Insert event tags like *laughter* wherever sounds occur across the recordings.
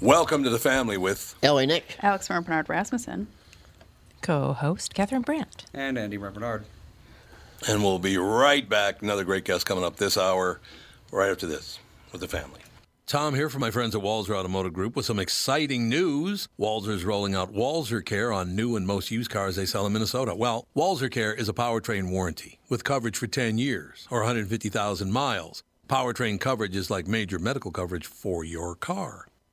Welcome to the family with L.A. Nick. Alex Murray Bernard Rasmussen. Co-host Catherine Brandt. And Andy Bernard. And we'll be right back. Another great guest coming up this hour, right after this, with the family. Tom here from my friends at Walzer Automotive Group with some exciting news. Walzer's rolling out Walzer Care on new and most used cars they sell in Minnesota. Well, Walzer Care is a powertrain warranty with coverage for 10 years or 150,000 miles. Powertrain coverage is like major medical coverage for your car.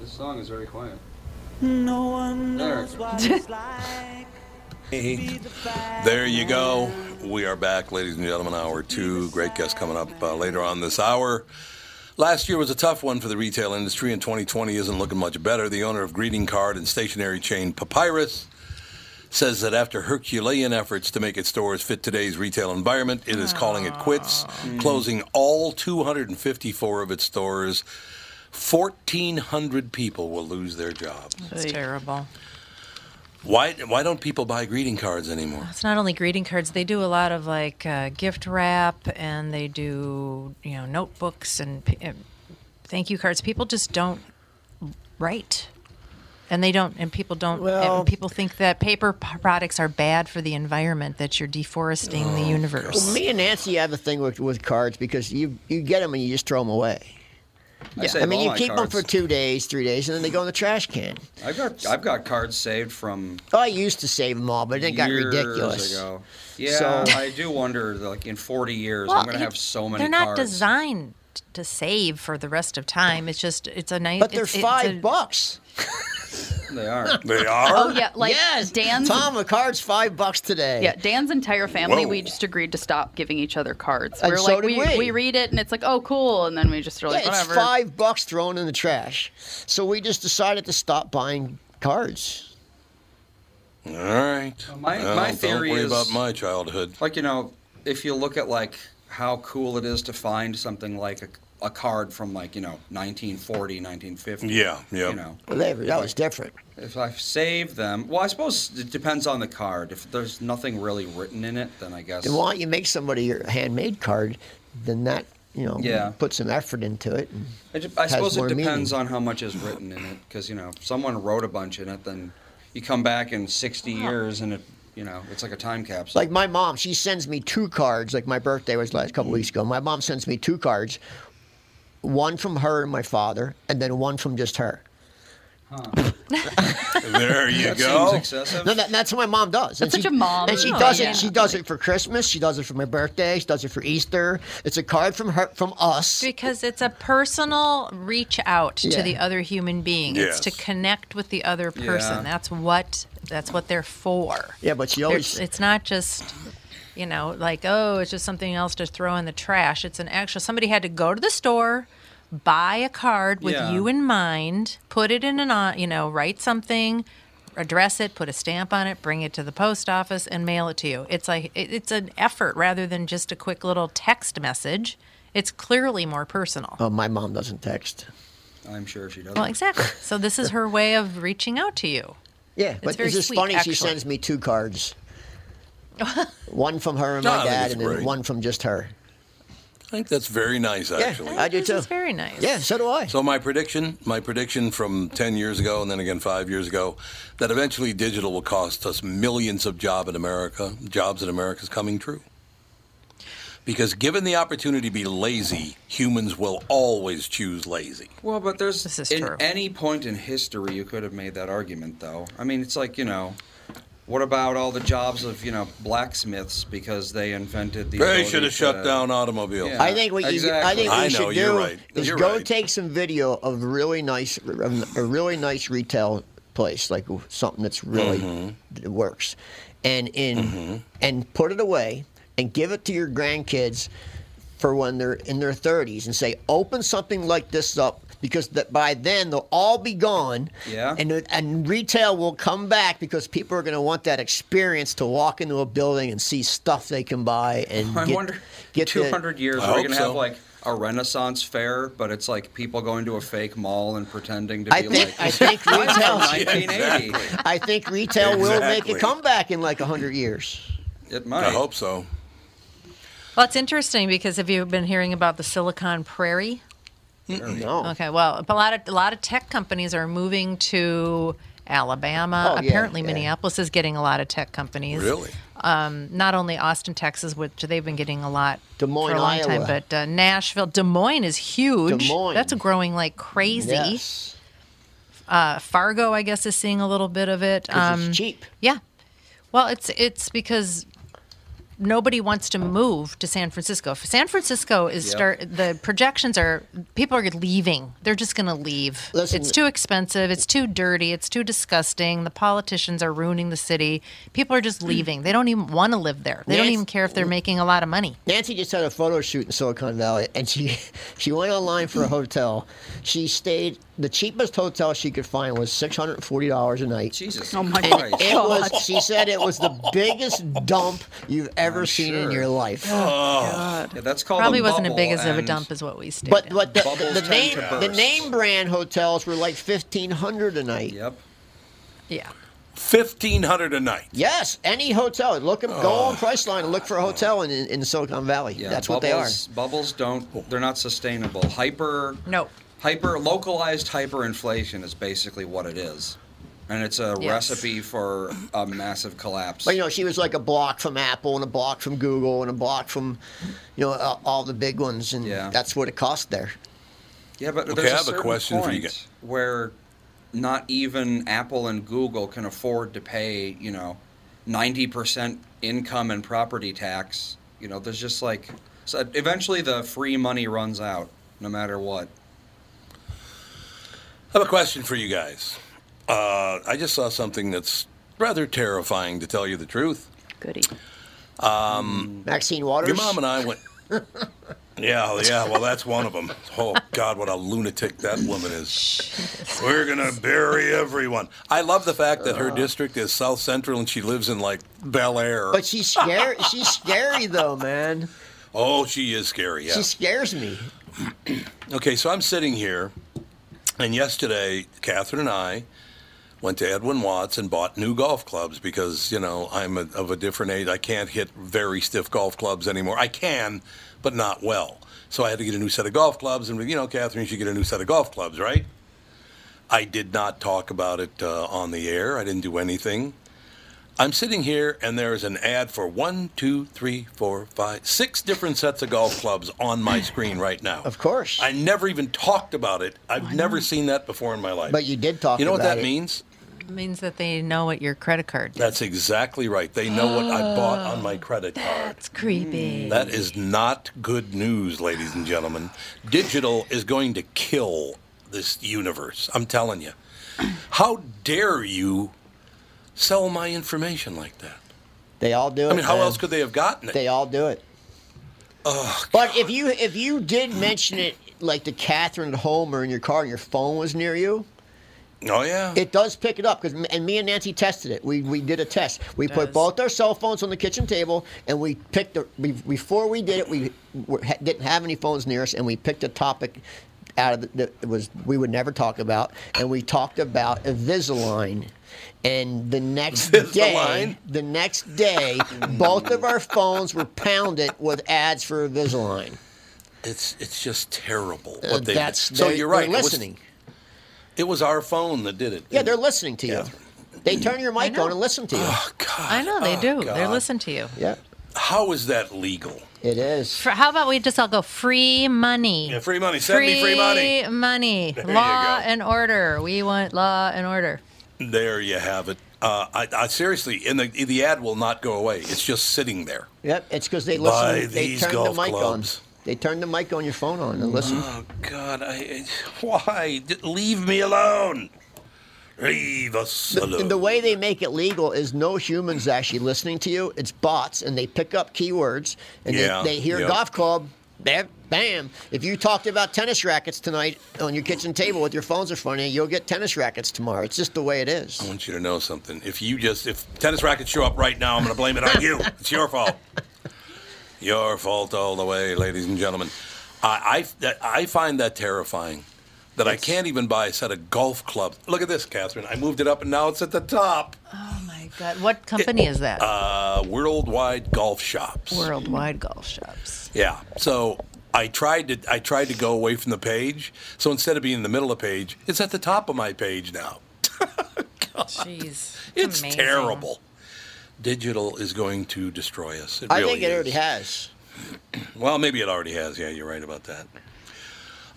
This song is very quiet. No one There. knows what it's like. There you go. We are back, ladies and gentlemen. Hour two. Great guests coming up uh, later on this hour. Last year was a tough one for the retail industry, and 2020 isn't looking much better. The owner of greeting card and stationery chain Papyrus says that after Herculean efforts to make its stores fit today's retail environment, it is calling it quits, closing all 254 of its stores. 1,400 people will lose their job. That's terrible. Why, why don't people buy greeting cards anymore? It's not only greeting cards. They do a lot of like uh, gift wrap, and they do you know notebooks and p- uh, thank you cards. People just don't write, and they don't, and people don't. Well- and people think that paper p- products are bad for the environment. That you're deforesting the universe. Oh, Me and Nancy have a thing with, with cards because you you get them and you just throw them away. I, save I mean, all you my keep cards. them for two days, three days, and then they go in the trash can. I've got I've got cards saved from Oh, I used to save them all, but then it got years ridiculous. ago. Yeah, So- I do wonder. Like in 40 years, I'm gonna you- have so many. They're not cards. designed to save for the rest of time. It's just it's a nice. But they're it's- it's five a- bucks. *laughs* They are. *laughs* They are? Oh yeah, like yes, Dan's Tom, a card's five bucks today. Yeah, Dan's entire family, we Whoa. just agreed to stop giving each other cards. And We're so like, did we, we. read it and it's like, oh, cool. And then we just are Yeah, like, it's whatever. five bucks thrown in the trash. So we just decided to stop buying cards. All right. My- Well, my theory don't worry is- about my childhood. Like you know, if you look at like how cool it is to find something like a, a card from like you know 1940, 1950. Yeah, yeah. You know, Well, they- that was different. if I save them, well, I suppose it depends on the card. If there's nothing really written in it, then I guess. Then why don't you make somebody your handmade card? Then that you know Yeah. put some effort into it. and- I, ju- I has suppose more it depends meaning. on how much is written in it, because you know, if someone wrote a bunch in it, then you come back in 60 years and it, you know, it's like a time capsule. Like my mom, she sends me two cards. Like my birthday was last couple weeks ago. My mom sends me two cards, one from her and my father, and then one from just her. There you *laughs* that go. seems excessive. No, that, that's what my mom does. And That's such a mom And she thing. does Yeah. it. She does it for Christmas. She does it for my birthday. She does it for Easter. It's a card from her from us. Because it's a personal reach out Yeah. to the other human being. It's Yes. to connect with the other person. Yeah. That's what that's what they're for. Yeah, but she It's, always. it's not just you know like oh it's just something else to throw in the trash. It's an actual somebody had to go to the store, buy a card with Yeah. you in mind, put it in an o- you know write something. Address it, put a stamp on it, bring it to the post office, and mail it to you. It's like it- it's an effort rather than just a quick little text message. It's clearly more personal. Oh, my mom doesn't text. I'm sure she doesn't. Well, exactly. So this is her way of reaching out to you. Yeah, but very it's just sweet, funny. actually. She sends me two cards. one from her and No, I my think dad, it's and then great. one from just her. I think that's very nice, actually. I do this too. is very nice. Yeah, so do I. So my prediction, my prediction from 10 years ago and then again 5 years ago that eventually digital will cost us millions of job in America, jobs in America is coming true. Because given the opportunity to be lazy, humans will always choose lazy. Well, but there's This is in true. any point in history you could have made that argument, though. I mean, it's like you know, what about all the jobs of you know blacksmiths because they invented the. They ability should have to- shut down automobiles. Yeah. I think what you, I Exactly. think what I you know, should you're do right. is You're go right. take some video of really nice, of a really nice retail place, like something that's really Mm-hmm. that works, and in and put it away and give it to your grandkids for when they're in their 30s and say open something like this up because that by then they'll all be gone Yeah. and and retail will come back because people are going to want that experience to walk into a building and see stuff they can buy and *laughs* I get, wonder, get the- 200 years, I we're hope going to so. have like a Renaissance fair, but it's like people going to a fake mall and pretending to I be think I like. think "I'm from retail 1980. *laughs* I think retail will make a Exactly. comeback in like hundred years. It might. I hope so. Well, it's interesting because have you been hearing about the Silicon Prairie? No. Okay, well, a lot of a lot of tech companies are moving to Alabama. Oh, yeah, Apparently, yeah. Minneapolis is getting a lot of tech companies. Really? Not only Austin, Texas, which they've been getting a lot Des Moines, for a long time, Iowa. but uh, Nashville, Des Moines is huge. Des Moines. That's growing like crazy. Yes. Uh, Fargo, I guess, is seeing a little bit of it. 'Cause Um, it's cheap. Yeah. Well, it's it's because nobody wants to move to San Francisco. If San Francisco is Yeah. start the projections are people are leaving. They're just going to leave. Listen- it's too expensive, it's too dirty, it's too disgusting. The politicians are ruining the city. People are just leaving. They don't even want to live there. They don't Nancy- even care if they're making a lot of money. Nancy just had a photo shoot in Silicon Valley, and she *laughs* she went online for a hotel. She stayed the cheapest hotel she could find was six hundred and forty dollars a night. Jesus. Oh my Christ. God. It was. She said it was the biggest dump you've ever I'm seen in sure. Oh, your life. Yeah, that's called Probably a wasn't as bubble big as of a and- dump as what we stayed. But in. but the, Bubbles the tend name to the burst. name brand hotels were like fifteen hundred a night. Yep. yeah. 1500 a night. Yes, any hotel. Look, 'em- go on Priceline and look for a hotel in, in, in Silicon Valley. Yeah, That's what bubbles, they are. Bubbles Oh. don't. They're not sustainable. Hyper. No. Hyper localized hyperinflation is basically what it is, and it's a Yes. recipe for a massive collapse. But you know, she was like a block from Apple and a block from Google and a block from, you know, uh, all the big ones, and Yeah. that's what it cost there. yeah, but Okay, there's I a have a certain question for you point guys. where not even Apple and Google can afford to pay, you know, ninety percent income and property tax. You know, there's just like so eventually the free money runs out, no matter what. I have a question for you guys. Uh, I just saw something that's rather terrifying to tell you the truth. Goody. Maxine Waters. Mm. Your mom and I *laughs* went. Yeah, yeah. Well, that's one of them. Oh God, what a lunatic that woman is. We're gonna bury everyone. I love the fact that her Uh. district is South Central and she lives in like Bel Air. But she's scary. she's scary though, man. Oh, she is scary. Yeah. She scares me. Okay, so I'm sitting here, and yesterday, Catherine and I went to Edwin Watts and bought new golf clubs because, you know, I'm a, of a different age. I can't hit very stiff golf clubs anymore. I can, but not well. So I had to get a new set of golf clubs, and, you know, Catherine, you should get a new set of golf clubs, right? I did not talk about it uh, on the air, I didn't do anything. I'm sitting here, and there is an ad for one, two, three, four, five, six different sets of golf clubs on my screen right now. Of course. I never even talked about it. I've never seen that before in my life. But you did talk You know what about that it. means? It means that they know what your credit card. That's exactly right. They know what I bought on my credit card. That's creepy. That is not good news, ladies and gentlemen. Digital is going to kill this universe. I'm telling you. How dare you sell my information like that? They all do it. I mean, how man. else could Oh, they have gotten it? They all do it. but if you if you did mention it like to Catherine at home or in your car and your phone was near you, Oh yeah. It does pick it up because and me and Nancy tested it. We we did a test. We put Does. both our cell phones on the kitchen table and we picked the we, before we did it we were, ha, didn't have any phones near us and we picked a topic out of the, that was we would never talk about and we talked about Invisalign. And the next Invisalign? day, the next day, both of our phones were pounded with ads for Invisalign. it's it's just terrible Uh, what they. that's so they're- you're right. They're listening. It was, it was our phone that did it. yeah, they're listening to you. They turn your mic know. on and listen to you. Oh God. I know they Oh, do. They God. listen to you. Yeah, How is that legal? it is. For, how about we just all go free money? Yeah, free money. Send me free money. money. There you Law go. and order. We want law and order. There you have it. Uh, I, I seriously, and the the ad will not go away. It's just sitting there. Yep, it's because they listen. Buy they these turn the golf mic clubs. on. They turn the mic on your phone on and listen. Oh God, I, I why D- leave me alone? Leave us The- alone. and the way they make it legal is no humans actually listening to you. It's bots, and they pick up keywords, and Yeah, they, they hear yeah. golf club, bam, bam. If you talked about tennis rackets tonight on your kitchen table with your phones in front of you, you'll get tennis rackets tomorrow. It's just the way it is. I want you to know something. If you just if tennis rackets show up right now, I'm going to blame it on you. It's your fault. Your fault all the way, ladies and gentlemen. I I, that- I find that terrifying. That I can't even buy a set of golf clubs. Look at this, Catherine. I moved it up and now it's at the top. Oh my God. What company is that? Uh, worldwide golf shops. Worldwide Golf Shops. Yeah. So I tried to I tried to go away from the page. So instead of being in the middle of the page, it's at the top of my page now. Jeez. It's, It's amazing. terrible. Digital is going to destroy us. It I really think it is. already has. Well, maybe it already has. Yeah, you're right about that.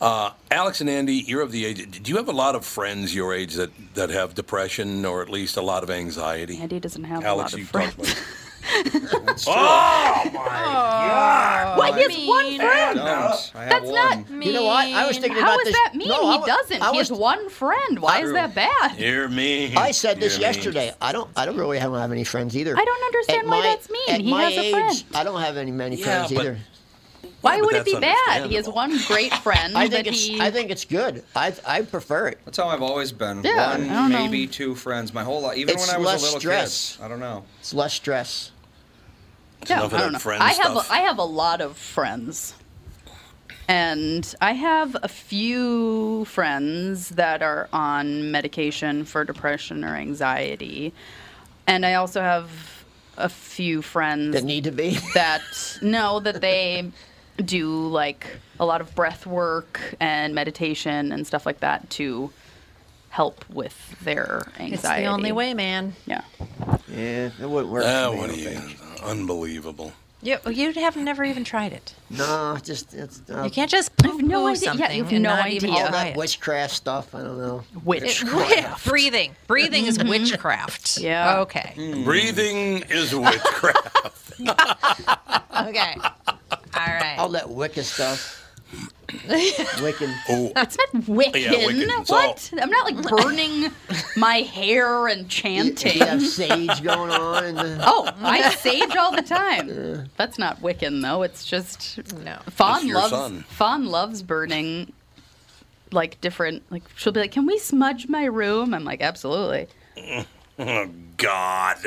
Uh, Alex and Andy, you're of the age. Do you have a lot of friends your age that, that have depression or at least a lot of anxiety? Andy doesn't have a Alex, lot of you friends. talked *laughs* about. That's *laughs* true. Oh, Why *laughs* he has one mean. I friend? don't. I have That's one. not You know what? I was thinking How about is this. that mean? No, I he wa- doesn't. I he was, has one friend. Why is True. that bad? Hear me. I said this Hear me. yesterday. I don't. I don't really. I don't have any friends either. I don't At understand why my- that's mean. At He my has a age, friend. I don't have any many Yeah, friends but- either. Yeah, Why but would it be that's bad? He has understandable. one great *laughs* friend I think that it's. he. I think it's good. I I prefer it. That's how I've always been. Yeah, I don't one, know. maybe two friends my whole life. Even It's when I was less a little stress. kid. I don't know. It's less stress. Yeah, Enough of I that don't know. friend I have stuff. a, I have a lot of friends, and I have a few friends that are on medication for depression or anxiety, and I also have a few friends That need to be. that know that they do like a lot of breath work and meditation and stuff like that to help with their anxiety. It's the only way, man. Yeah. *laughs* yeah, it wouldn't work. Ah, for me, what I are don't you? think. Unbelievable. You, you'd have never even tried it. No, just it's. Uh, You can't just poo have no idea. Yeah, something you have and no not even idea. all try that it. witchcraft stuff. I don't know. Which *laughs* breathing. Breathing is witchcraft. Yeah. Okay. Mm. Breathing is *laughs* witchcraft. Okay. *laughs* All right. All that Wicca *laughs* stuff. Wiccan. oh, It's not Wiccan. Yeah, Wiccan. It's all- What? I'm not like burning my hair and chanting. You have sage going on. *laughs* Oh, I sage all the time. That's not Wiccan though. It's just No. It's Fawn your loves son. Fawn loves burning like different like she'll be like, "Can we smudge my room?" I'm like, "Absolutely." oh, God.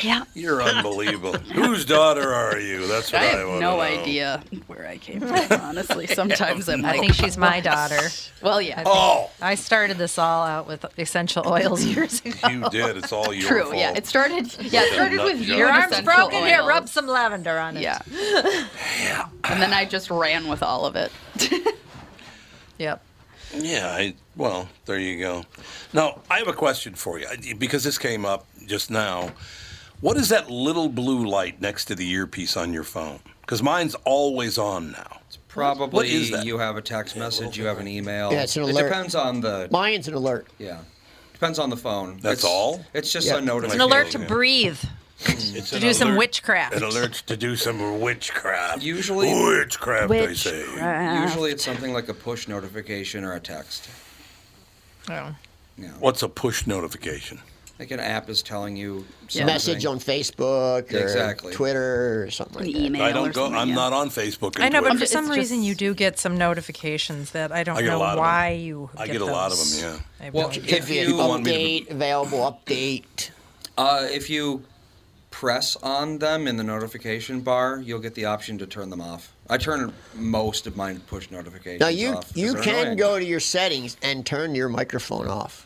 Yeah. You're unbelievable. Whose daughter are you? That's what I I, have want no to know. idea where *laughs* I came from, honestly. Sometimes I'm I like, think she's my daughter. well, yeah. Oh, I started this all out with essential oils *laughs* years ago. you did. It's all your True. fault. Yeah. It started yeah, it a started nut with job. you. Your and arm's essential oils. some lavender on it. Yeah. And then I just ran with all of it. Yep. Yeah, I, well, there you go. Now, I have a question for you I- because this came up just now. What is that little blue light next to the earpiece on your phone? Because mine's always on now. Probably is that? you have a text message, you have an email. Yeah, it's an it alert. depends on the Mine's an alert. yeah. Depends on the phone. That's It's- all? It's just Yeah. a It's an It's notification. an alert to Yeah. breathe. Mm. It's To do some witchcraft. It alerts to do some witchcraft. Usually- witchcraft, they say. Usually it's something like a push notification or a text. Oh. Yeah. What's a push notification? Like an app is telling you something. Message on Facebook or Exactly. Twitter or something like An that. email. I don't or go. something, I'm yeah. not on Facebook. And I know, but Twitter. I'm for just- some it's reason you just- do get some notifications that I don't I get a know lot of 'em. why you. I get get a those. lot of 'em, yeah. I have Well, no idea. if Could you be an want me to- update, available update. uh, if you press on them in the notification bar, you'll get the option to turn them off. I turn most of my push notifications Now you off. 'cause you they're can annoying. go to your settings and turn your microphone off.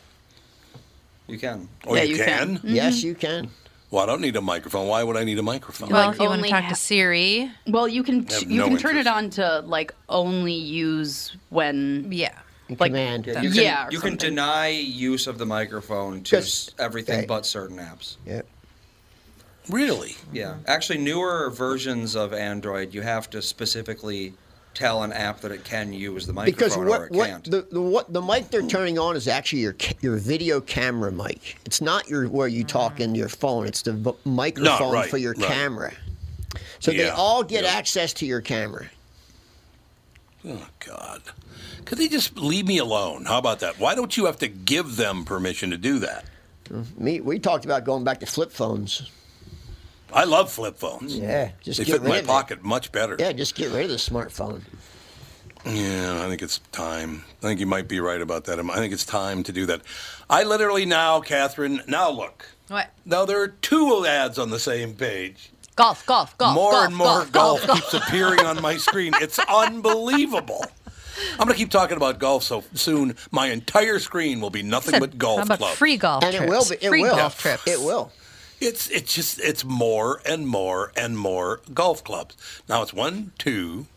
You can. Oh, Yeah, you, you can? can. Mm. Yes, you can. Well, I don't need a microphone. Why would I need a microphone? well, like if you want to only talk ha- to Siri, Well, you can have t- you no can turn it on interest. to like only use when yeah, like Command. Yeah, you can, Yeah, or you can something. deny use of the microphone to Yes. s- everything Right. but certain apps. Yeah. Really? Yeah, actually, newer versions of Android, you have to specifically tell an app that it can use the microphone Because or what it what can't. the, the what the mic they're turning on is actually your ca- your video camera mic. It's not your where you talk in your phone. It's the v- microphone right, for your right. camera. So they Yeah, all get yeah. access to your camera. Oh God. Could they just leave me alone? How about that? Why don't you have to give them permission to do that? Me, we talked about going back to flip phones. I love flip phones. Yeah, just they get fit in rid my of it. pocket much better. Yeah, just get rid of the smartphone. Yeah, I think it's time. I think you might be right about that. I think it's time to do that. I literally now, Catherine, now look. what Now there are two ads on the same page. golf, golf, golf, more golf, and more golf, golf, golf. keeps appearing on my screen. *laughs* It's unbelievable. I'm going to keep talking about golf so soon. My entire screen will be nothing Said, but golf How about clubs. free golf And it will trips? be. It free will. golf trips. It will. It's it's just it's more and more and more golf clubs. Now it's one, two,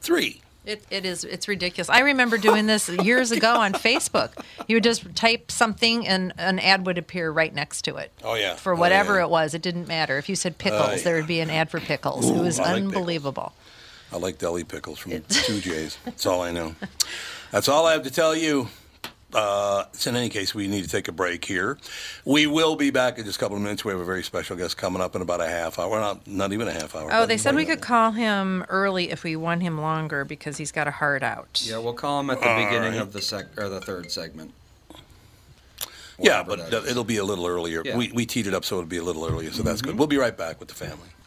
three. It, it is. It's ridiculous. I remember doing *laughs* this years ago on Facebook. You would just type something, and an ad would appear right next to it. Oh, yeah. For Oh, whatever yeah. Uh, it was, it didn't matter. If you said pickles, yeah. there would be an ad for pickles. Ooh, it was I like pickles. unbelievable. I like deli pickles from Two J's. That's all I know. That's all I have to tell you. Uh, so in any case, we need to take a break here. We will be back in just a couple of minutes. We have a very special guest coming up in about a half hour. Not not even a half hour. Oh, but they said we like- could call him early if we want him longer because he's got a heart out. yeah, we'll call them at the beginning of the sec or the third segment. Yeah, but Whatever that is. it'll be a little earlier. Yeah. We, we teed it up so it'll be a little earlier, so that's good. We'll be right back with the family. Mm-hmm.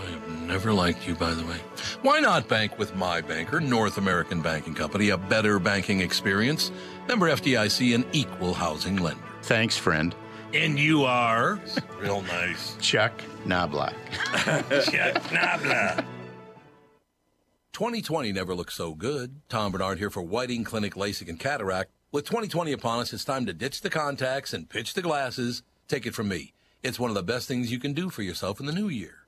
I have never liked you, by the way. Why not bank with my banker, North American Banking Company, a better banking experience? Member FDIC, an equal housing lender. Thanks, friend. And you are. *laughs* Real nice. Chuck Knobloch. Nabla. 2020 never looked so good. Tom Bernard here for Whiting Clinic LASIK and Cataract. With 2020 upon us, it's time to ditch the contacts and pitch the glasses. Take it from me. It's one of the best things you can do for yourself in the new year.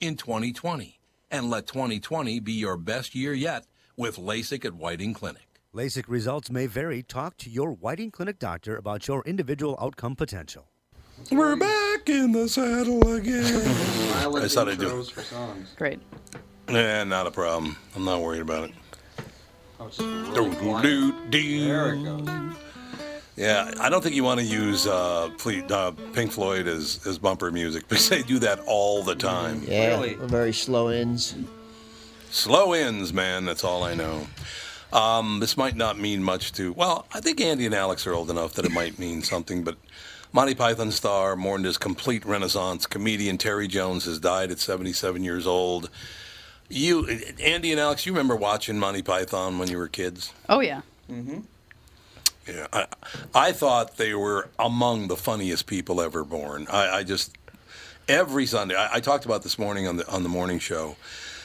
in 2020 and let 2020 be your best year yet with LASIK at Whiting Clinic. LASIK results may vary. Talk to your Whiting Clinic doctor about your individual outcome potential. We're back in the saddle again. I thought I'd do it. intros for songs. great. Nah, Eh, not a problem. I'm not worried about it. Oh, it's really quiet. Do-do-do-do. There it goes. Yeah, I don't think you want to use uh, Ple- uh, Pink Floyd as, as bumper music *laughs* because they do that all the time. Yeah, Really? very slow ins. Slow ins, man. That's all I know. Um, this might not mean much to. Well, I think Andy and Alex are old enough that it might mean something, but Monty Python star mourned his complete renaissance. Comedian Terry Jones has died at 77 years old. You, Andy and Alex, you remember watching Monty Python when you were kids? Oh yeah. Yeah, I, I thought they were among the funniest people ever born. I, I just every Sunday. I, I talked about this morning on the on the morning show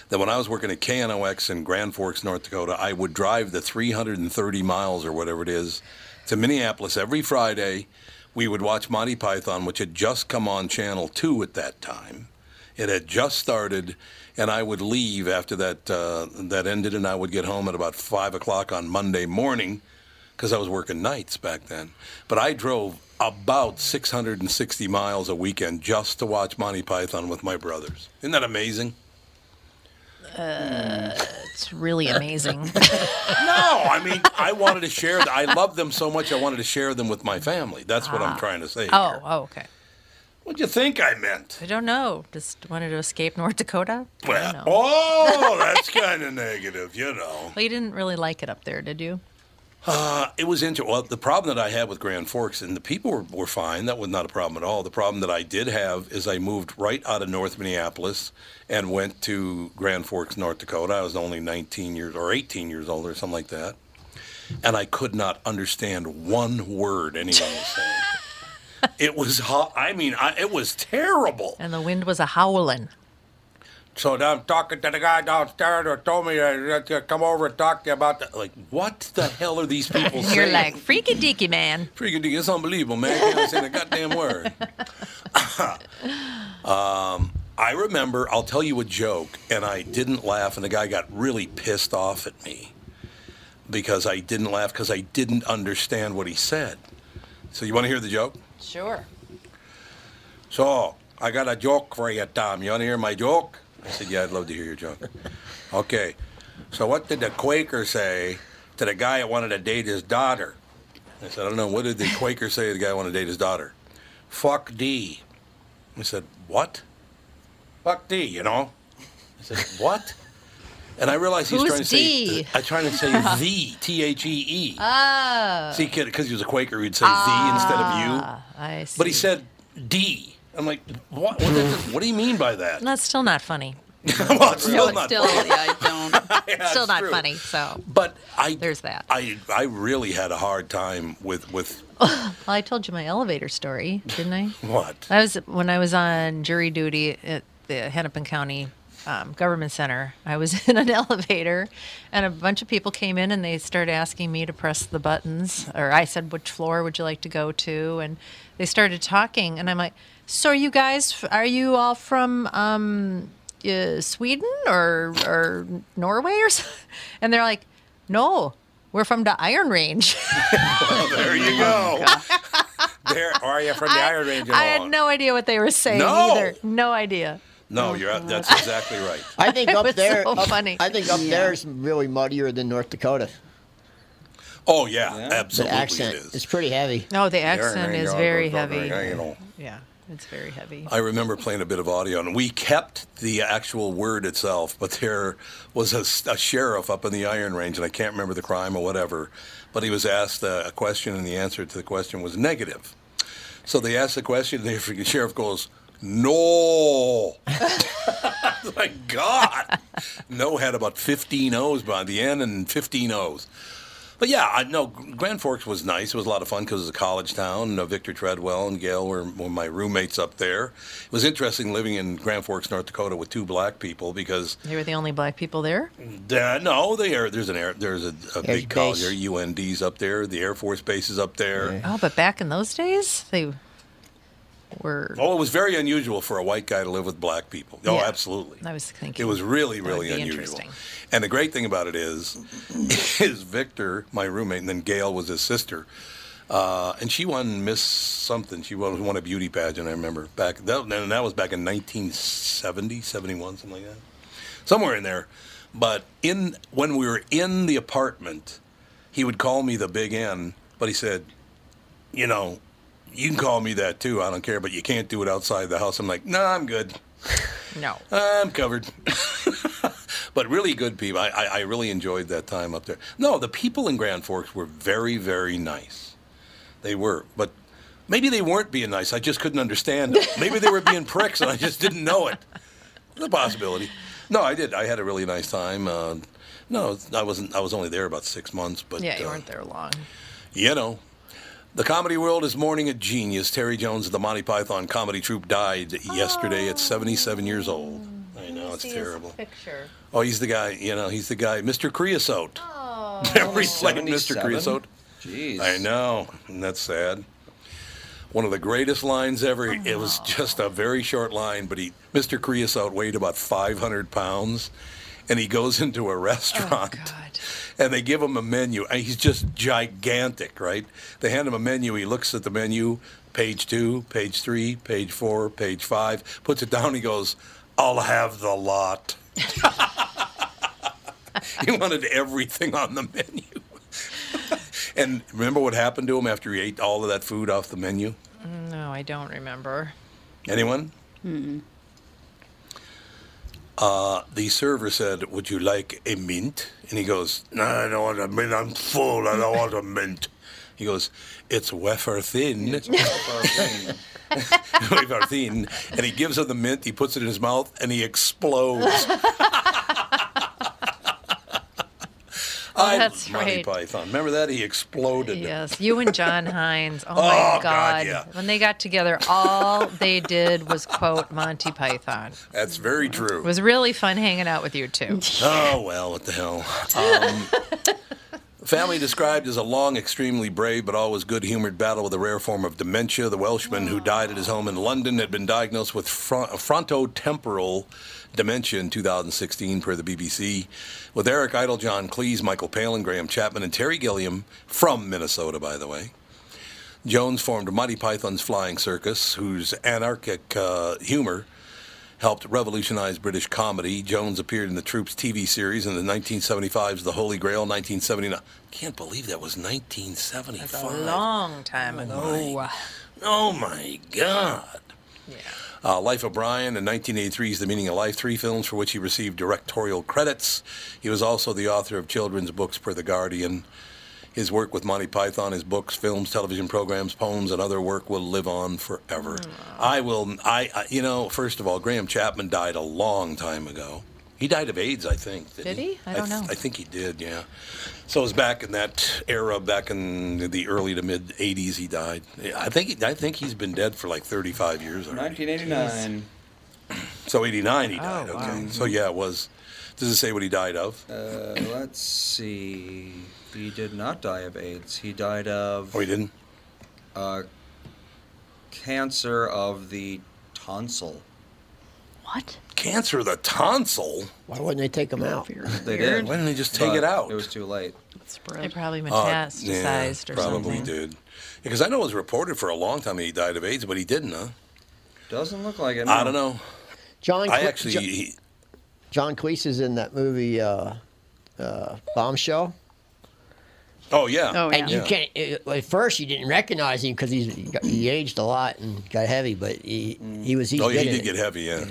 that when I was working at KNOX in Grand Forks, North Dakota, I would drive the 330 miles or whatever it is to Minneapolis every Friday. We would watch Monty Python, which had just come on Channel Two at that time. It had just started, and I would leave after that uh, that ended, and I would get home at about five o'clock on Monday morning because I was working nights back then. But I drove about 660 miles a weekend just to watch Monty Python with my brothers. Isn't that amazing? It's really amazing. No, *laughs* I mean I wanted to share. th- I loved them so much. I wanted to share them with my family. That's what I'm trying to say. *laughs* oh, here. oh, okay. what'd you think I meant? I don't know. Just wanted to escape North Dakota. I don't Well, know. *laughs* oh, that's kind of negative, you know. Well, you didn't really like it up there, did you? It was interesting. Well, the problem that I had with Grand Forks, and the people were, were fine. That was not a problem at all. The problem that I did have is I moved right out of North Minneapolis and went to Grand Forks, North Dakota. I was only 19 years or 18 years old or something like that. And I could not understand one word anyone was *laughs* saying. It was hot. I mean, I, it was terrible. And the wind was a howling. So now I'm talking to the guy downstairs who told me to, to come over and talk to you about that. Like, what the hell are these people And saying? *laughs* you're like, freaky deaky, man. Freaking dig, it's unbelievable, man. I can't understand a goddamn word. *laughs* um, I remember, I'll tell you a joke, and I didn't laugh, and the guy got really pissed off at me because I didn't laugh because I didn't understand what he said. So, you want to hear the joke? Sure. So, I got a joke for you, Tom. You want to hear my joke? I said, Yeah, I'd love to hear your joke. okay. So, what did the Quaker say to the guy that wanted to date his daughter? I said, I don't know. What did the Quaker say to the guy who wanted to date his daughter? Fuck D. I said, What? Fuck D, you know? I said, What? And I realized he's Who's trying to say, D? I'm trying to say *laughs* the, T H E E. Oh, Ah. See, because he was a Quaker, he'd say the instead of you. I see. But he said D. I'm like, what? What, does- what do you mean by that? that's still not funny. well, it's still No, it's not. still yeah, I *laughs* don't. Yeah, still it's not true. funny. So, But I There's that. I I really had a hard time with with well, I told you my elevator story, didn't I? *laughs* what? I was when I was on jury duty at the Hennepin County um, Government Center. I was *laughs* in an elevator, and a bunch of people came in and they started asking me to press the buttons. Or I said, "Which floor would you like to go to?" And they started talking, and I'm like, "So, are you guys, are you all from?" Um, uh, Sweden or or Norway or so? *laughs* and they're like, no, we're from the Iron Range. Oh, there you go. there are you from the Iron Range? *laughs* I had along? no idea what they were saying No. either. No idea. No, you're out- that's exactly right. I *laughs* think It up was there, so up- funny. I think up Yeah. there is really muddier than North Dakota. Oh yeah, Yeah. The absolutely accent it is. is pretty heavy. No, the Iron accent Range is all very goes over, heavy. you know. Yeah, it's very heavy. I remember playing a bit of audio, and we kept the actual word itself, but there was a, s- a sheriff up in the Iron Range, and I can't remember the crime or whatever, but he was asked a, a question, and the answer to the question was negative. So they asked the question, and the *laughs* freaking sheriff goes, No. *laughs* My God. No had about 15 O's by the end and 15 O's. But yeah, I know Grand Forks was nice. It was a lot of fun because it was a college town. And, uh, Victor Treadwell and Gail were, were my roommates up there. It was interesting living in Grand Forks, North Dakota, with two black people because They were the only black people there. uh, no, they are, there's an air, there's a, a big college. base. There are UNDs up there. The Air Force Base is up there. Oh, but back in those days, they were. Oh, it was very unusual for a white guy to live with black people. Oh, Yeah. absolutely. I was thinking It was really, that would really be unusual. interesting. And the great thing about it is, *laughs* is Victor, my roommate, and then Gail was his sister, uh, and she won Miss something. She won, won a beauty pageant. I remember back that, and that was back in 1970, 71, something like that, somewhere in there. But in when we were in the apartment, he would call me the Big N, but he said, you know, you can call me that too. I don't care, but you can't *laughs* do it outside the house. I'm like, no, nah, I'm good. No. I'm covered. but really good people. I, I, I really enjoyed that time up there. No, the people in Grand Forks were very, very nice. They were, but maybe they weren't being nice. I just couldn't understand it. Maybe they were being pricks, and I just didn't know it. The possibility. No, I did. I had a really nice time. Uh, no, I wasn't. I was only there about six months, but yeah, you uh, weren't there long. you know. The comedy world is mourning a genius. Terry Jones of the Monty Python comedy troupe died yesterday at 77 years old. Oh, I know, it's terrible. picture. Oh, he's the guy, you know, he's the guy, Mr. Creosote. Oh, *laughs* Every second, Mr. 77? Creosote. Jeez. I know, and that's sad. One of the greatest lines ever. It was Oh. just a very short line, but he, Mr. Creosote, weighed about 500 pounds, and he goes into a oh restaurant God. and they give him a menu. And he's just gigantic, right? They hand him a menu. He looks at the menu, page two, page three, page four, page five, puts it down. He goes, I'll have the lot. *laughs* he wanted everything on the menu. *laughs* and remember what happened to him after he ate all of that food off the menu? No, I don't remember. Anyone? Uh, the server said, "Would you like a mint?" And he goes, "No, I don't want a mint. I'm full. I don't want a mint." He goes, "It's wafer thin, *laughs* wafer thin," and he gives her the mint. He puts it in his mouth, and he *laughs* explodes. I Oh, that's love Monty right. Python. Remember that? He exploded. Yes, you *laughs* and John Hines. Oh, my God, God. yeah. When they got together, all they did was quote Monty Python. That's very true. It was really fun hanging out with *laughs* you two. Oh, well, what the hell. Um, family described as a long, extremely brave, but always good humored battle with a rare form of dementia. The Welshman who died at his home in London had been diagnosed with front- frontotemporal dementia in 2016, per the BBC, with Eric Idle, John Cleese, Michael Palin, Graham Chapman, and Terry Gilliam from Minnesota, by the way. Jones formed Monty Python's Flying Circus, whose anarchic uh, humor helped revolutionize British comedy. Jones appeared in the Troops TV series in the 1975's The Holy Grail, 1979. Can't believe that was 1975. A long time ago. Oh my God. Uh, Life of Brian and 1983's The Meaning of Life, three films for which he received directorial credits. He was also the author of children's books per The Guardian. His work with Monty Python, his books, films, television programs, poems, and other work will live on forever. I will, I, I, you know, first of all, Graham Chapman died a long time ago. He died of AIDS, I think. Did he? I don't th- know. I think he did, yeah. So it was back in that era, back in the early to mid '80s. He died. I think. He, I think he's been dead for like 35 years already. 1989. So '89, he died. Oh, wow. okay. So yeah, it was. Does it say what he died of? Uh, let's see. He did not die of AIDS. He died of oh, he didn't. uh, cancer of the tonsil. What? Cancer of the tonsil. Why wouldn't they take them out? They did. Why didn't they just take it but out? It was too late. It probably Uh, metastasized yeah, or probably something. did. Because I know it was reported for a long time that he died of AIDS, but he didn't, huh? Doesn't look like it. I no. don't know. John, I Cle- actually. Jo- he- John Cleese is in that movie uh, uh, Bombshell. oh yeah. Oh, yeah. And you can't. It, at first, you didn't recognize him because he's he got- he aged a lot and got heavy, but he he was he's Oh, yeah, good he in did it. get heavy, yeah.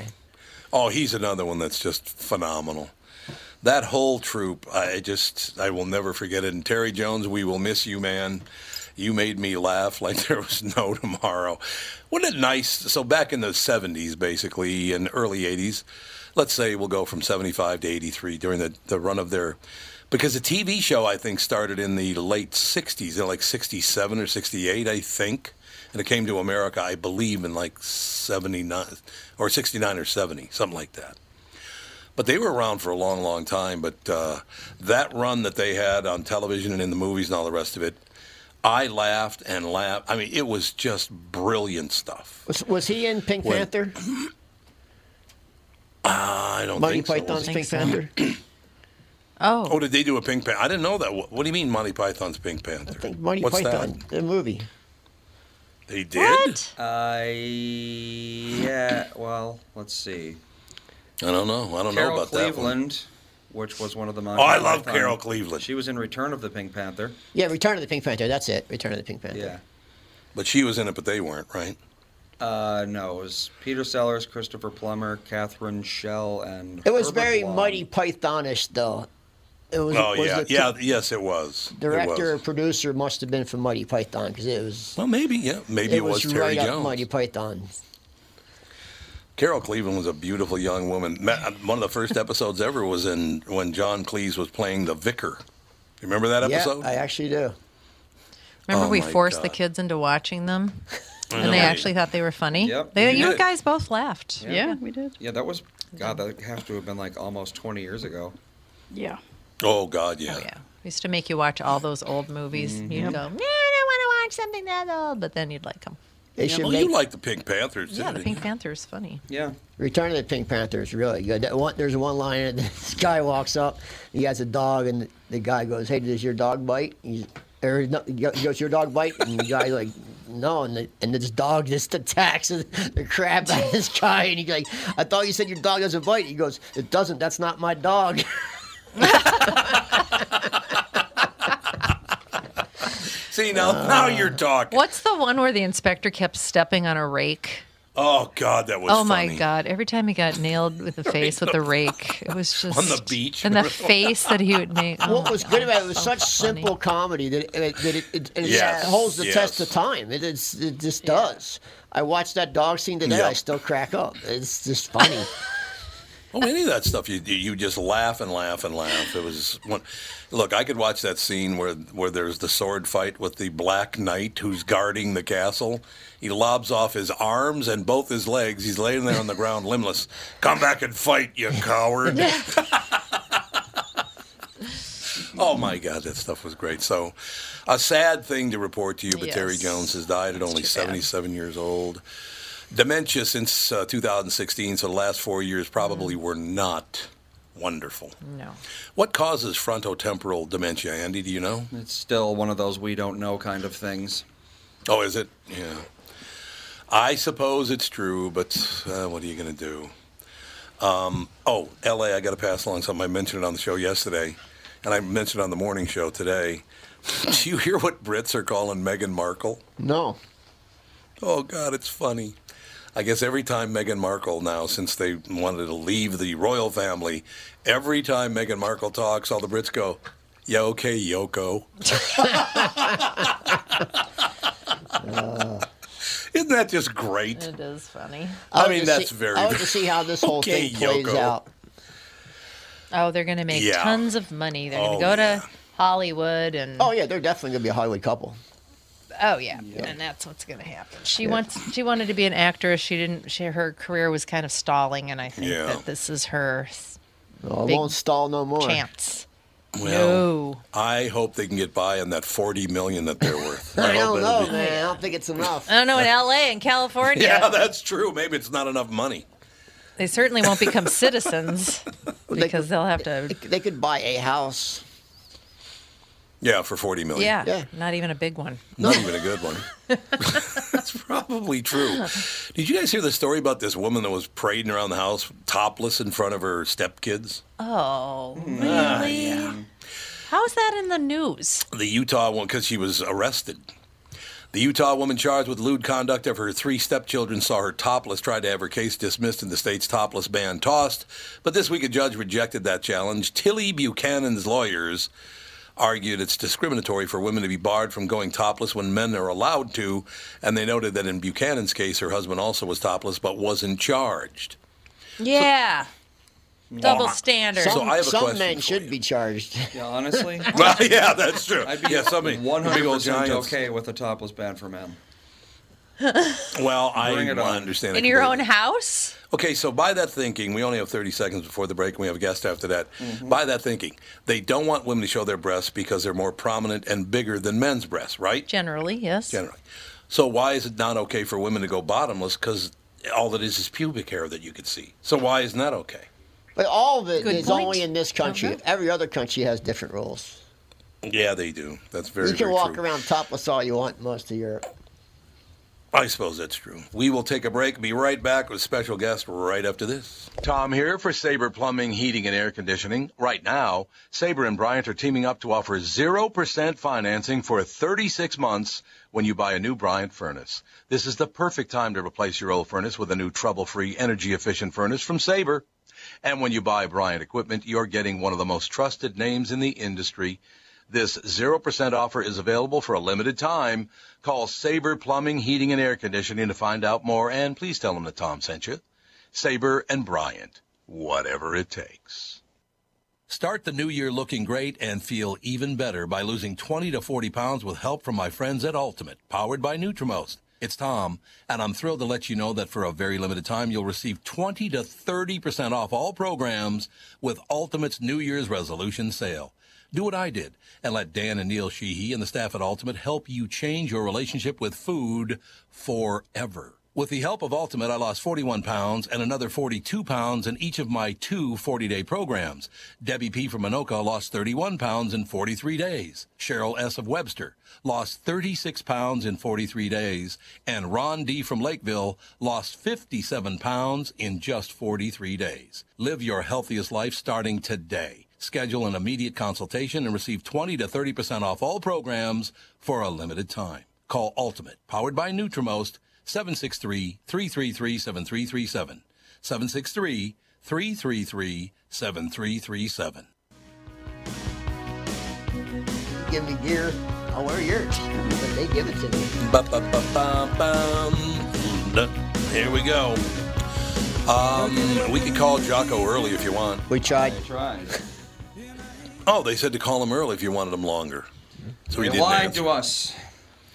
Oh, he's another one that's just phenomenal. That whole troop, I just, I will never forget it. And Terry Jones, we will miss you, man. You made me laugh like *laughs* there was no tomorrow. Wasn't it nice? So back in the 70s, basically, and early 80s, let's say we'll go from 75 to 83 during the, the run of their, because the TV show, I think, started in the late 60s, in like 67 or 68, I think and it came to America, I believe, in like 79 or 69 or 70, something like that. But they were around for a long, long time. But uh, that run that they had on television and in the movies and all the rest of it, I laughed and laughed. I mean, it was just brilliant stuff. Was, was he in Pink When- Panther? I don't Monty think so. Python's think Pink so. Panther. I Oh, Oh, did they do a Pink Panther? I didn't know that. What, what do you mean Monty Python's Pink Panther? think Monty What's Python, That? the movie. They did? what? I yeah. Well, let's see. I don't know. I don't know Carol about that one. Cleveland, which was one of the Monty Oh, I love Python. Carol Cleveland. She was in Return of the Pink Panther. Yeah, Return of the Pink Panther. That's it. Return of the Pink Panther. Yeah. But she was in it, but they weren't, right? Uh, no, it was Peter Sellers, Christopher Plummer, Catherine Shell, and It was Herbert very Blom. Mighty Pythonish, though. It was, Oh was yeah, the yeah, yes, it was. It director or was. producer must have been from Mighty Python because it was Well, maybe yeah, maybe it, was, Terry right up Jones. Mighty Python. Carol Cleveland was a beautiful young woman. Ma- One of the first episodes ever was in when John Cleese was playing the vicar. You remember that episode? Yeah, I actually do. Remember, Oh we my forced the God. kids into watching them, know and they we actually did. thought they were funny. Yep. They, We you did. guys both laughed. Yeah, we did. Yeah, that was God. That has to have been like almost 20 years ago. Yeah. oh God, yeah. Oh yeah. We used to make you watch all those old movies. Mm-hmm. You'd go, no, I want to watch something that old, but then you'd like them. They should Well, make you like the Pink Panthers, didn't Yeah, the you? Pink Panther's funny. Yeah, Return of the Pink Panther is really good. That one, there's one line, and *laughs* this guy walks up, he has a dog, and the guy goes, "Hey, does your dog bite?" He's, or no, he go- he goes, "Your dog bite?" And the guy like, "No," and the, and this dog just *laughs* attacks the crap out of this guy, and he's like, "I thought you said your dog doesn't bite." He goes, "It doesn't. That's not my dog." *laughs* See now, Uh, now you're talking. What's the one where the inspector kept stepping on a rake? Oh God, that was. Oh my funny. God! Every time he got nailed with *laughs* the face with the rake, it was just On the beach. *laughs* and the face that he would make. Oh what my was God, good about it was so such funny. simple comedy that it, that it, it, it Yes, holds the test yes. of time. It, it's, it just does. I watched that dog scene today. Yeah. I still crack up. It's just funny. *laughs* Oh, any of that stuff, you you just laugh and laugh and laugh. It was one. Look, I could watch that scene where where there's the sword fight with the Black Knight who's guarding the castle. He lobs off his arms and both his legs. He's laying there on the ground, limbless. Come back and fight, you coward! *laughs* oh my God, that stuff was great. So, a sad thing to report to you, but Terry Yes. Jones has died at only too bad. 77 years old dementia since uh, 2016, so the last four years Mm-hmm. probably were not wonderful. No. What causes frontotemporal dementia, Andy? Do you know? it's still one of those we don't know kind of things. Oh, is it? Yeah. I suppose it's true, but uh, what are you going to do? Um, oh, LA, I got to pass along something. I mentioned it on the show yesterday, and I mentioned it on the morning show today. *laughs* do you hear what Brits are calling Meghan Markle? no. Oh God, it's funny. I guess every time Meghan Markle now, since they wanted to leave the royal family, every time Meghan Markle talks, all the Brits go, "Yeah, okay, Yoko." *laughs* Isn't that just great? It is funny. I want mean, Oh, to that's see, very. I want to see how this whole Okay, thing plays Yoko. out. Oh, they're going to make Yeah. tons of money. They're Oh, going to go yeah. to Hollywood and Oh yeah, they're definitely gonna be a Hollywood couple. Oh yeah, and that's what's going to happen. She wants she wanted to be an actress. She didn't. She her career was kind of stalling, and I think Yeah. that this is her s- Oh, I Big won't stall no more. chance. *laughs* well, no, I hope they can get by on that forty million that they're worth. *laughs* hope I don't it'll know, be- man. I don't think it's *laughs* enough. I don't know in L.A. and California, Yeah, that's true. Maybe it's not enough money. they certainly won't *laughs* become citizens because they'll have to. They could buy a house. Yeah, for forty million. Yeah, Yeah. not even a big one. Not even a good one. *laughs* That's probably true. Did you guys hear the story about this woman that was parading around the house topless in front of her stepkids? Oh, really? Ah, How's that in the news? The Utah one, because she was arrested. The Utah woman charged with lewd conduct of her three stepchildren saw her topless, tried to have her case dismissed and the state's topless ban tossed. But this week, a judge rejected that challenge. Tilly Buchanan's lawyers argued it's discriminatory for women to be barred from going topless when men are allowed to, and they noted that in Buchanan's case, her husband also was topless but wasn't charged. Yeah, double standard. So Some- I have a Some question men for should you. be charged. *laughs* Yeah, *laughs* honestly, *laughs* Well, yeah, that's true. I'd be yeah, somebody, big old 100% giants. okay with a topless ban for men. Well, I Bring it on. understand. it in your own completely. house? Okay, so by that thinking, we only have 30 seconds before the break, and we have a guest after that. Mm-hmm. By that thinking, they don't want women to show their breasts because they're more prominent and bigger than men's breasts, right? Generally, yes. Generally. So why is it not okay for women to go bottomless? Because all that is is pubic hair that you can see. So why isn't that okay? But all of it is Good point. only in this country. Mhm. Every other country has different rules. Yeah, they do. That's very. You can very walk true. around topless all you want in most of Europe. I suppose that's true. We will take a break. Be right back with special guest right after this. Tom here for Sabre Plumbing, Heating, and Air Conditioning. Right now, Sabre and Bryant are teaming up to offer 0% financing for 36 months when you buy a new Bryant furnace. This is the perfect time to replace your old furnace with a new trouble-free, energy-efficient furnace from Sabre. And when you buy Bryant equipment, you're getting one of the most trusted names in the industry. This 0% offer is available for a limited time. Call Sabre Plumbing, Heating, and Air Conditioning to find out more, and please tell them that Tom sent you. Sabre and Bryant, whatever it takes. Start the new year looking great and feel even better by losing 20 to 40 pounds with help from my friends at Ultimate, powered by Nutrimost. It's Tom, and I'm thrilled to let you know that for a very limited time, you'll receive 20 to 30% off all programs with Ultimate's New Year's resolution sale. Do what I did and let Dan and Neil Sheehy and the staff at Ultimate help you change your relationship with food forever. With the help of Ultimate, I lost 41 pounds and another 42 pounds in each of my two 40 day programs. Debbie P. from Anoka lost 31 pounds in 43 days. Cheryl S. of Webster lost 36 pounds in 43 days. And Ron D. from Lakeville lost 57 pounds in just 43 days. Live your healthiest life starting today. Schedule an immediate consultation and receive 20 to 30% off all programs for a limited time. Call Ultimate, powered by Nutrimost, 763-333-7337. 763-333-7337. Give me gear. I'll wear yours. But they give it to me. Ba-ba-ba-bum. Here we go. Um, we could call Jocko early if you want. We tried. I tried. Oh, they said to call him early if you wanted him longer. So he They didn't lied answer. to us.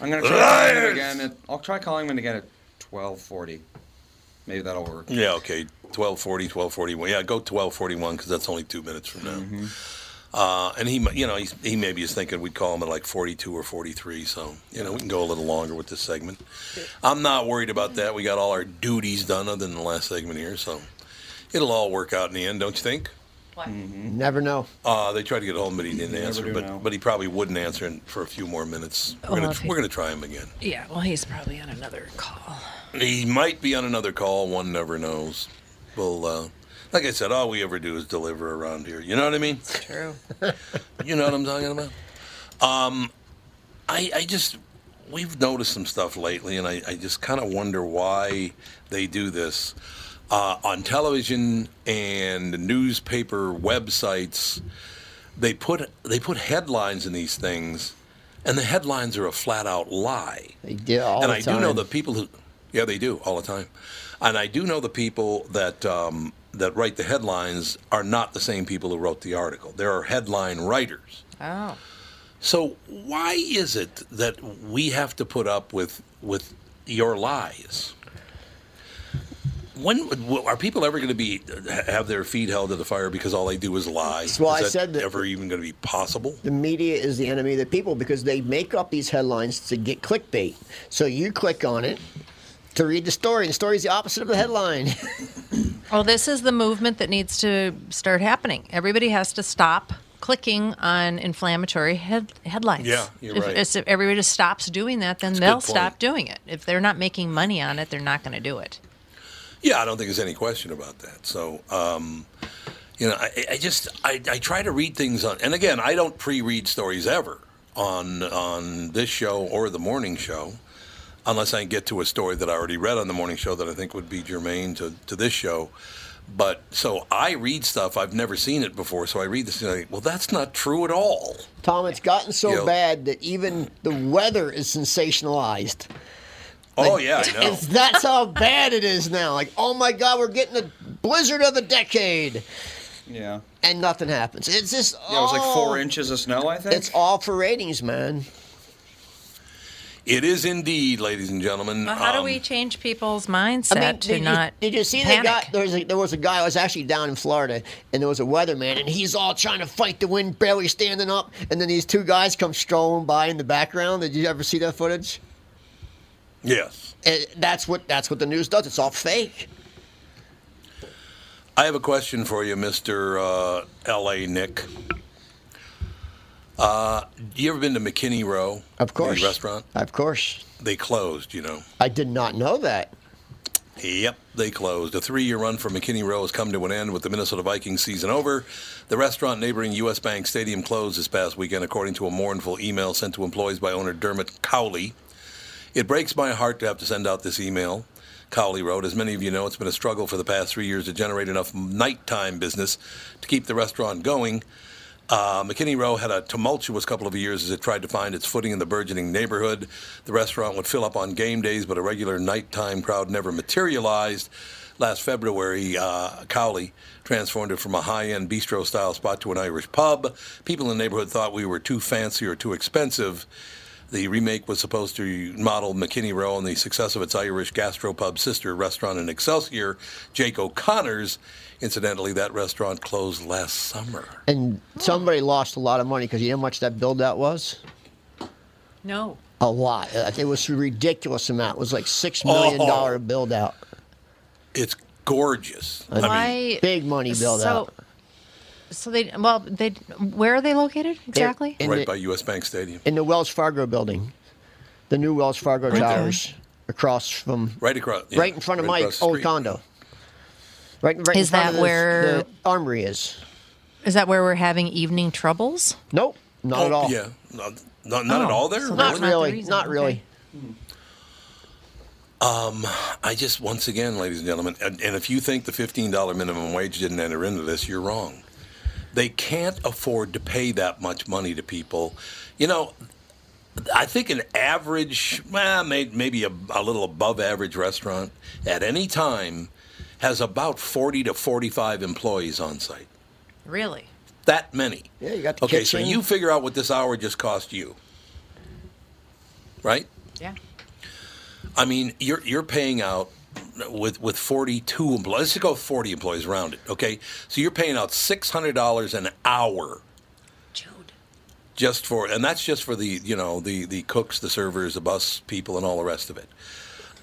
I'm gonna try calling him Liars! again. At, I'll try calling him again at 12:40. Maybe that'll work. Yeah, okay. 1240, 1241. Yeah, go 1241 because that's only two minutes from now. Mm-hmm. Uh, and he, mi- you know, he's, he maybe is thinking we'd call him at like 42 or 43. So, you know, we can go a little longer with this segment. I'm not worried about that. We got all our duties done other than the last segment here. So it'll all work out in the end, don't you think? Never know. Uh, they tried to get hold of him, but he didn't answer. do But, know. but he probably wouldn't answer in, for a few more minutes. Oh, We're going if he- to try him again. Yeah, well, he's probably on another call. He might be on another call. One never knows. Well, uh, like I said, all we ever do is deliver around here. You know what I mean? True. *laughs* You know what I'm talking about? Um, I, I just, we've noticed some stuff lately, and I, I just kind of wonder why they do this. Uh, on television and newspaper websites, they put they put headlines in these things, and the headlines are a flat out lie They did all and the I time. do know the people who, yeah, they do all the time, and I do know the people that um, that write the headlines are not the same people who wrote the article. There are headline writers. Oh. So why is it that we have to put up with with your lies? When w- are people ever going to be have their feet held to the fire because all they do is lie? That's why is I that said that- ever even going to be possible? the media is the enemy of the people because they make up these headlines to get clickbait. So you click on it to read the story, and the story is the opposite of the headline. *laughs* Well, this is the movement that needs to start happening. Everybody has to stop clicking on inflammatory head, headlines. Yeah, you're if, right. it's- if everybody stops doing that, then That's a they'll good stop point. doing it. If they're not making money on it, they're not going to do it. Yeah, I don't think there's any question about that. So, um, you know, I, I just I, I try to read things on, and again, I don't pre-read stories ever on on this show or the morning show, unless I get to a story that I already read on the morning show that I think would be germane to to this show. But so I read stuff I've never seen it before, so I read this and I think, well, that's not true at all. Tom, it's gotten so Yeah. bad that even the weather is sensationalized. Oh yeah, *laughs* *laughs* I know. It's, that's how bad it is now. Like, oh my God, we're getting a blizzard of the decade, Yeah. and nothing happens. It's just Yeah, it was like all- four inches of snow, I think. It's all for ratings, man. It is indeed, ladies and gentlemen. Well, how do Um, we change people's mindset to did not? You, did you see panic? the guy? There was, a, there was a guy. I was actually down in Florida, and there was a weatherman, and he's all trying to fight the wind, barely standing up. And then these two guys come strolling by in the background. Did you ever see that footage? Yes. And that's what that's what the news does. It's all fake. I have a question for you, Mr. Uh, L.A. Nick. Uh, you ever been to McKinney Row? Of course. The restaurant? Of course. They closed, you know. I did not know that. Yep, they closed. A three year run for McKinney Row has come to an end with the Minnesota Vikings season over. The restaurant neighboring U.S. Bank Stadium closed this past weekend, according to a mournful email sent to employees by owner Dermot Cowley. It breaks my heart to have to send out this email. Cowley wrote, as many of you know, it's been a struggle for the past three years to generate enough nighttime business to keep the restaurant going. Uh, McKinney Row had a tumultuous couple of years as it tried to find its footing in the burgeoning neighborhood. The restaurant would fill up on game days, but a regular nighttime crowd never materialized. Last February, uh, Cowley transformed it from a high end bistro style spot to an Irish pub. People in the neighborhood thought we were too fancy or too expensive. The remake was supposed to model McKinney Row on the success of its Irish gastropub sister restaurant in Excelsior, Jake O'Connor's. Incidentally, that restaurant closed last summer. And somebody lost a lot of money because you know how much that build out was? No. A lot. Uh, It was a ridiculous amount. It was like six million dollar Oh. build out. It's gorgeous. I mean, Why? Big money build out. So they well they where are they located exactly? in- right the- by U.S. Bank Stadium, In the Wells Fargo building. The new Wells Fargo towers across from right across, yeah, right in front of right Mike's across the old street. condo. Right, right Is in front that of the, where- the armory is? Is that where we're having evening troubles? Nope, not Oh, at all. Yeah, not, not, not at Oh, all. There, so Not That's not the really. reason, not really. okay. I just once again, ladies and gentlemen, and, and if you think the fifteen dollar minimum wage didn't enter into this, you're wrong. They can't afford to pay that much money to people. You know, I think an average, well, may- maybe a, a little above average restaurant at any time has about forty to forty five employees on site. Really? That many. Yeah, you got the okay, so kitchen. you figure out what this hour just cost you, right? Yeah. I mean, you're you're paying out with with 42 employees. Let's just go 40 employees around it. Okay, so you're paying out $600 an hour Jude. just for, and that's just for the you know the the cooks, the servers, the bus people, and all the rest of it.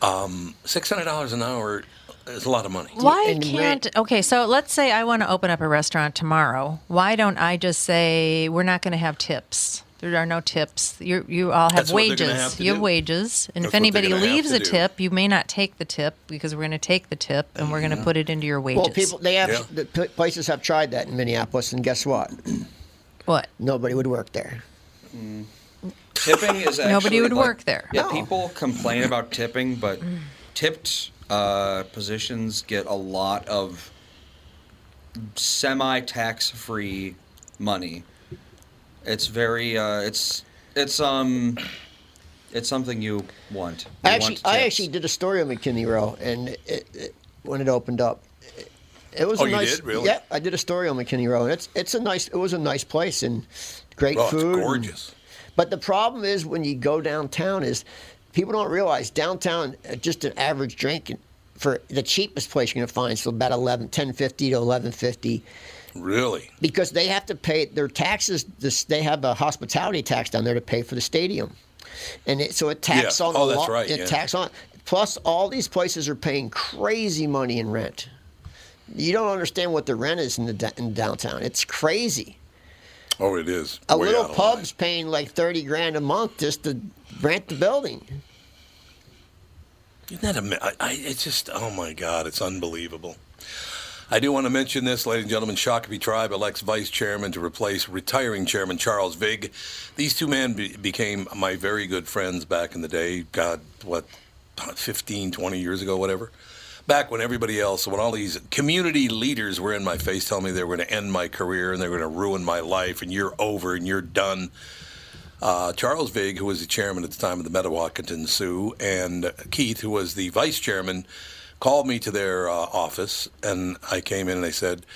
Um, $600 an hour is a lot of money. Why and rent- can't okay? So let's say I want to open up a restaurant tomorrow. Why don't I just say we're not going to have tips? There are no tips. You you all have That's what they're wages. gonna have to you have do. wages, and That's what if they're anybody gonna have leaves to a do. tip, you may not take the tip because we're going to take the tip and we're going to put it into your wages. Well, people they have Yeah. the p- places have tried that in Minneapolis, and guess what? what? Nobody would work there. tipping is actually Nobody would like- work there. Yeah, No. people complain about tipping, but tipped uh, positions get a lot of semi-tax-free money. It's very uh, it's it's um it's something you want. You I actually, want I tips. actually did a story on McKinney Row, and it, it, when it opened up, it, it was Oh, a you nice. did? Really? Yeah, I did a story on McKinney Row, and it's it's a nice. It was a nice place and great Oh, it's food. and- gorgeous. But the problem is when you go downtown is people don't realize downtown uh, just an average drink for the cheapest place you're gonna find is about 11, 1050 to eleven fifty Really? because they have to pay their taxes. This, they have a hospitality tax down there to pay for the stadium, and it, so it tax Yeah. on Oh, a that's lot. right, It yeah. tax on. Plus, all these places are paying crazy money in rent. You don't understand what the rent is in the da- in downtown. It's crazy. Oh, it is. A Way little out of line. pub's paying like thirty grand a month just to rent the building. Isn't that ama- I, I, it's just, oh my God, it's unbelievable. I do want to mention this, ladies and gentlemen. Shakopee Tribe elects vice chairman to replace retiring chairman Charles Vig. These two men be- became my very good friends back in the day. God, what, 15, 20 years ago, whatever. Back when everybody else, when all these community leaders were in my face telling me they were going to end my career and they were going to ruin my life and you're over and you're done. Uh, Charles Vig, who was the chairman at the time of the Metawakanton Sioux, and Keith, who was the vice chairman, called me to their uh, office, and I came in and they said,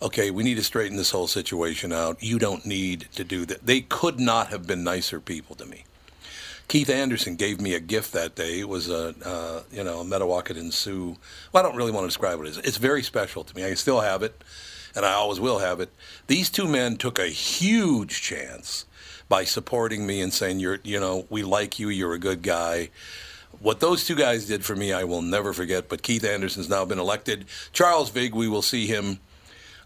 "Okay, we need to straighten this whole situation out. You don't need to do that." They could not have been nicer people to me. Keith Anderson gave me a gift that day. It was a uh, you know a Metawakanton Sioux. Well, I don't really want to describe what it is. It's very special to me. I still have it, and I always will have it. These two men took a huge chance by supporting me and saying you're you know we like you. You're a good guy. What those two guys did for me, I will never forget. But Keith Anderson's now been elected. Charles Vig, we will see him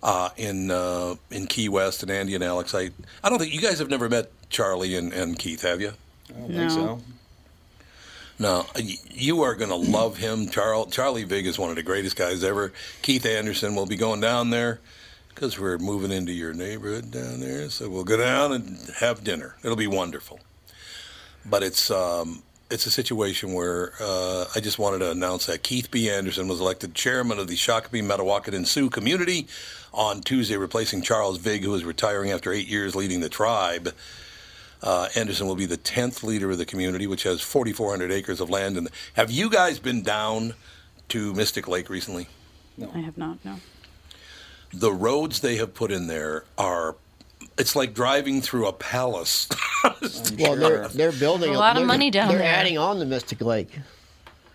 uh, in uh, in Key West and Andy and Alex. I I don't think you guys have never met Charlie and, and Keith, have you? I don't think No. so. No, y- you are going to love him. Charl Charlie Vig is one of the greatest guys ever. Keith Anderson will be going down there because we're moving into your neighborhood down there. So we'll go down and have dinner. It'll be wonderful. But it's um, it's a situation where uh, I just wanted to announce that Keith B. Anderson was elected chairman of the Shakopee, Metawakan, and Sioux community on Tuesday, replacing Charles Vig, who is retiring after eight years leading the tribe. Uh, Anderson will be the 10th leader of the community, which has 4,400 acres of land. And have you guys been down to Mystic Lake recently? I have not. No. The roads they have put in there are, it's like driving through a *laughs* palace. Well, they're they're building A lot of they're- money down They're there. adding on to Mystic Lake.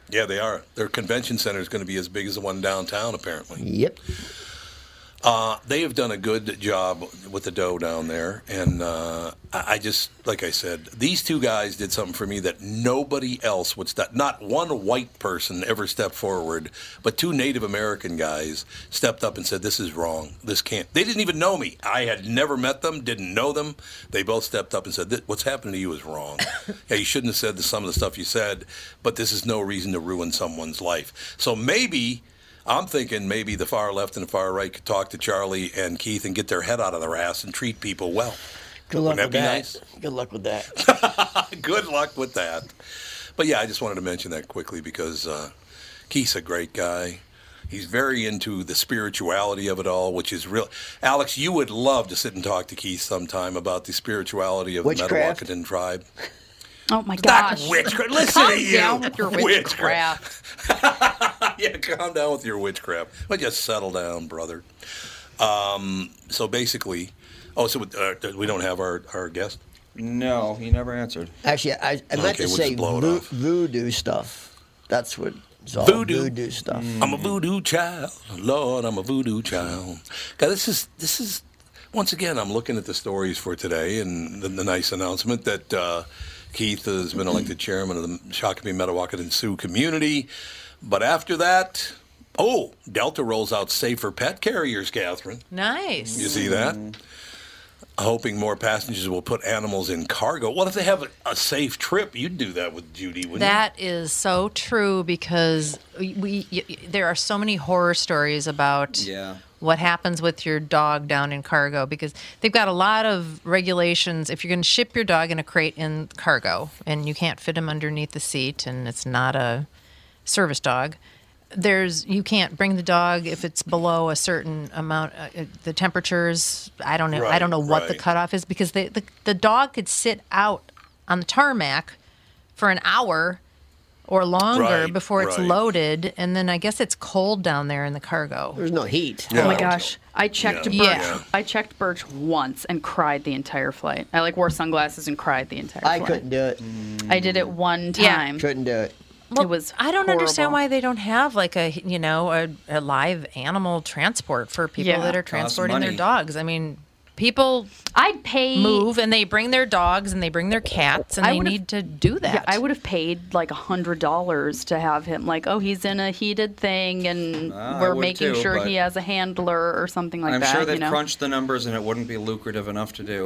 yeah, they are. Their convention center is going to be as big as the one downtown, apparently. Yep. they have done a good job with the dough down there, and uh, I I just like I said, these two guys did something for me that nobody else would step. Not one white person ever stepped forward, but two Native American guys stepped up and said, "This is wrong. This can't." They didn't even know me. I had never met them, didn't know them. They both stepped up and said, "Th- "What's happened to you is wrong. yeah, you shouldn't have said the, some of the stuff you said, but this is no reason to ruin someone's life." So maybe. I'm thinking maybe the far left and the far right could talk to Charlie and Keith and get their head out of their ass and treat people well. *laughs* Good luck that with be that. nice? Good luck *laughs* with that. Good luck with that. But yeah, I just wanted to mention that quickly because uh, Keith's a great guy. He's very into the spirituality of it all, which is real. Alex, you would love to sit and talk to Keith sometime about the spirituality of Witchcraft? the Metawakanton tribe. Oh my Not gosh. witchcraft. Listen Calm to you. down with your witchcraft. *laughs* yeah, calm down with your witchcraft. Well, just settle down, brother. Um, so basically, oh, so uh, we don't have our, our guest? No, he never answered. Actually, I, I meant Okay, to we'll say just blow it vo- off. voodoo stuff. That's what it's all Voodoo. Mm. voodoo, stuff. I'm a voodoo child, Lord. I'm a voodoo child. God, this is this is once again. I'm looking at the stories for today, and the, the nice announcement that uh, Keith has been elected chairman of the Shakopee Metawakan Sioux community. But after that, oh, Delta rolls out safer pet carriers, Catherine. You Nice. see that? Hoping more passengers will put animals in cargo. What if they have a, a safe trip? You'd do that with Judy, wouldn't you? That is so true because we, we y- y- there are so many horror stories about Yeah. what happens with your dog down in cargo because they've got a lot of regulations if you're going to ship your dog in a crate in cargo and you can't fit him underneath the seat and it's not a service dog there's you can't bring the dog if it's below a certain amount uh, uh, the temperatures i don't know i Right, don't know what the right. cutoff is because they, the the dog could sit out on the tarmac for an hour or longer Right, before it's right. loaded and then i guess it's cold down there in the cargo There's no heat. Oh my gosh. I checked Yeah. Birch. Yeah. I checked Birch once and cried the entire flight. I like wore sunglasses and cried the entire I flight. couldn't do it. I did it one Mm. Yeah. time. Couldn't do it. it was I don't understand horrible. why they don't have like a you know a, a live animal transport for people Yeah. that are Costs transporting their money. dogs. I mean, people I'd pay move and they bring their dogs and they bring their cats and I they would've- need to do that. Yeah, I would have paid like a hundred dollars to have him. Like, oh, he's in a heated thing, and Ah, I we're would making too, sure but- he has a handler or something like I'm that. sure they've you know? crunched the numbers and it wouldn't be lucrative enough to do.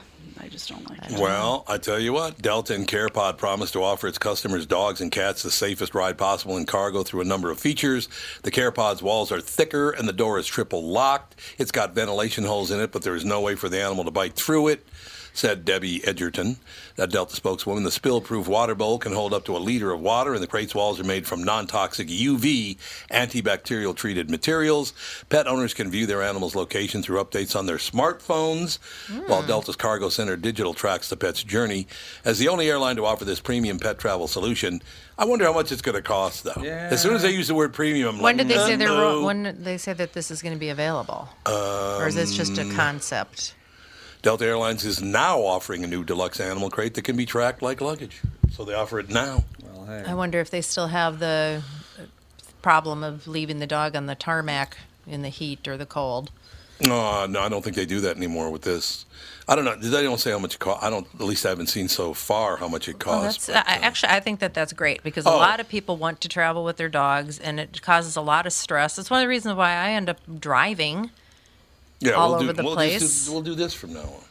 *laughs* I just don't like it. Well, I tell you what, Delta and CarePod promised to offer its customers, dogs, and cats the safest ride possible in cargo through a number of features. The CarePod's walls are thicker and the door is triple locked. It's got ventilation holes in it, but there is no way for the animal to bite through it, said Debbie Edgerton, a Delta spokeswoman. The spill proof water bowl can hold up to a liter of water, and the crate's walls are made from non toxic UV antibacterial treated materials. Pet owners can view their animal's location through updates on their smartphones, while Hmm. Delta's Cargo Center Digital tracks the pet's journey. As the only airline to offer this premium pet travel solution, I wonder how much it's going to cost, though. As soon as they use the word premium, I'm like, when did they "No, say they're no." ro- when did they say that this is going to be available, or is this just a concept? Delta Airlines is now offering a new deluxe animal crate that can be tracked like luggage. So they offer it now. well, hey. I wonder if they still have the uh, problem of leaving the dog on the tarmac in the heat or the cold. No, uh, no, I don't think they do that anymore with this. I don't know. They don't say how much it cost. I don't. At least I haven't seen so far how much it Oh, Well, costs. Oh, that's I, actually I think that that's great because a Oh. lot of people want to travel with their dogs and it causes a lot of stress. It's one of the reasons why I end up driving Yeah, all we'll do, over the we'll place. Just do, we'll do this from now on.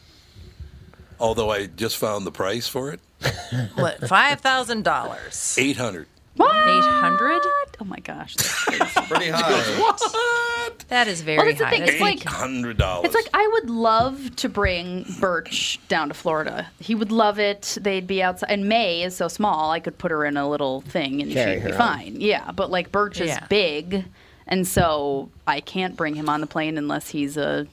Although I just found the price for it, *laughs* what five thousand dollars? eight hundred. Eight hundred? Oh my gosh. that's crazy. Pretty high. What? That is very Well, that's the high. thing, That's it's like- Eight hundred dollars. it's like I would love to bring Birch down to Florida. He would love it. They'd be outside. And May is so small, I could put her in a little thing and Carry she'd her be on. fine. Yeah, but like Birch is Yeah. big, and so I can't bring him on the plane unless he's a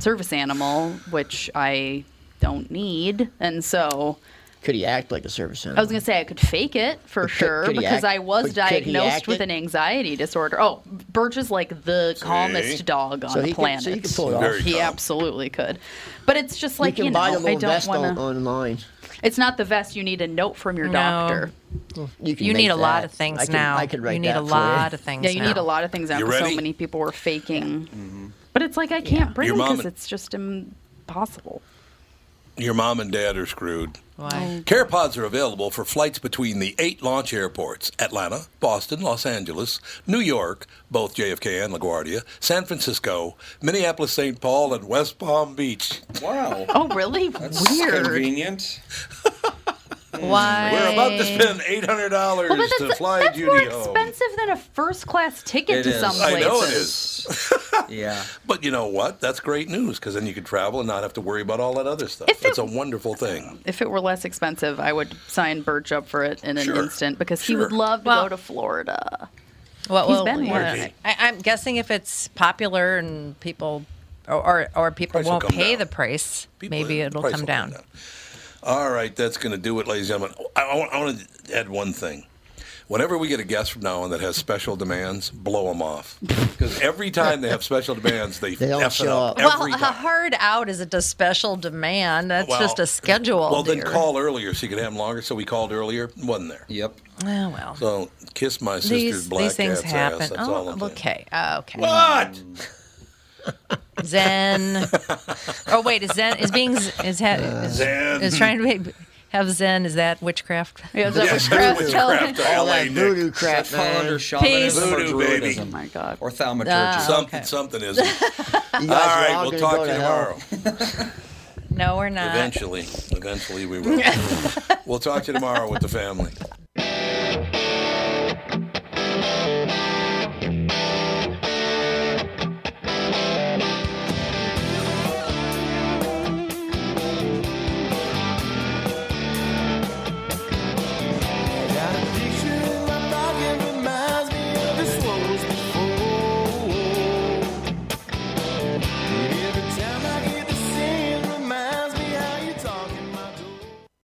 service animal, which I don't need. And so Could he act like a service animal? I was gonna say I could fake it for But *laughs* could- sure could he because act- I was but could he act diagnosed with it? an anxiety disorder. Oh, Birch is like the calmest dog on So the he could- planet. so he could pull it off. Very he calm. absolutely could. But it's just you like you, can buy know, the I little don't vest on, want to. online. It's not the vest. You need a note from your No. doctor. You, can you make need a lot that. of things I can- now. I could write you need that a for lot of things. Yeah, you now. need a lot of things now. You 'cause So ready? many people were faking. Mm-hmm. But it's like I can't bring Your him mom because and- it's just impossible. Your mom and dad are screwed. Why? Care pods are available for flights between the eight launch airports Atlanta, Boston, Los Angeles, New York, both JFK and LaGuardia, San Francisco, Minneapolis, St. Paul, and West Palm Beach. Wow. Oh, *laughs* really? That's Weird. convenient. Why? We're about to spend $800 Well, but to that's, fly that's Judy more home. expensive than a first class ticket It to is. some I places. know it is. yeah. But you know what? That's great news because then you can travel and not have to worry about all that other stuff. If it- That's a wonderful thing. If it were less expensive, I would sign Birch up for it in an Sure. instant because he would Sure. love to Well- go to Florida. Well, He's well, been yeah. working. I, I'm guessing if it's popular and people, or or, or people Price will won't come pay down. the price, People- maybe it'll price come will down. All right, that's going to do it, ladies and gentlemen. I, want to add one thing. Whenever we get a guest from now on that has special demands, blow them off. Because every time they have special demands, *laughs* they, They don't F it show up. up. Every Well, a time. hard out is a de- special demand. That's Well, just a schedule. Well, then dear. call earlier so you could have them longer. So we called earlier, wasn't there? Yep. Oh well. So kiss my sister's these black these things cat's happen. ass. That's oh, all I'm saying. okay. Oh, okay. What? *laughs* Zen. oh wait, is Zen is being z- is ha, is, Zen. is trying to be, have Zen? Is that witchcraft? Yeah, is that *laughs* Yes, what Chris told witchcraft, him? LA All that Nick. *laughs* voodoo Does crap, that fall under man. shamanism or Voodoo, baby. druidism? Oh my God. Or Uh, thaumaturgy. Ah. Something, Okay. something *laughs* is. all You guys are right, all we'll gonna talk go to you to hell. tomorrow. No, we're not. *laughs* Eventually, eventually we will. we'll talk to you tomorrow with the family.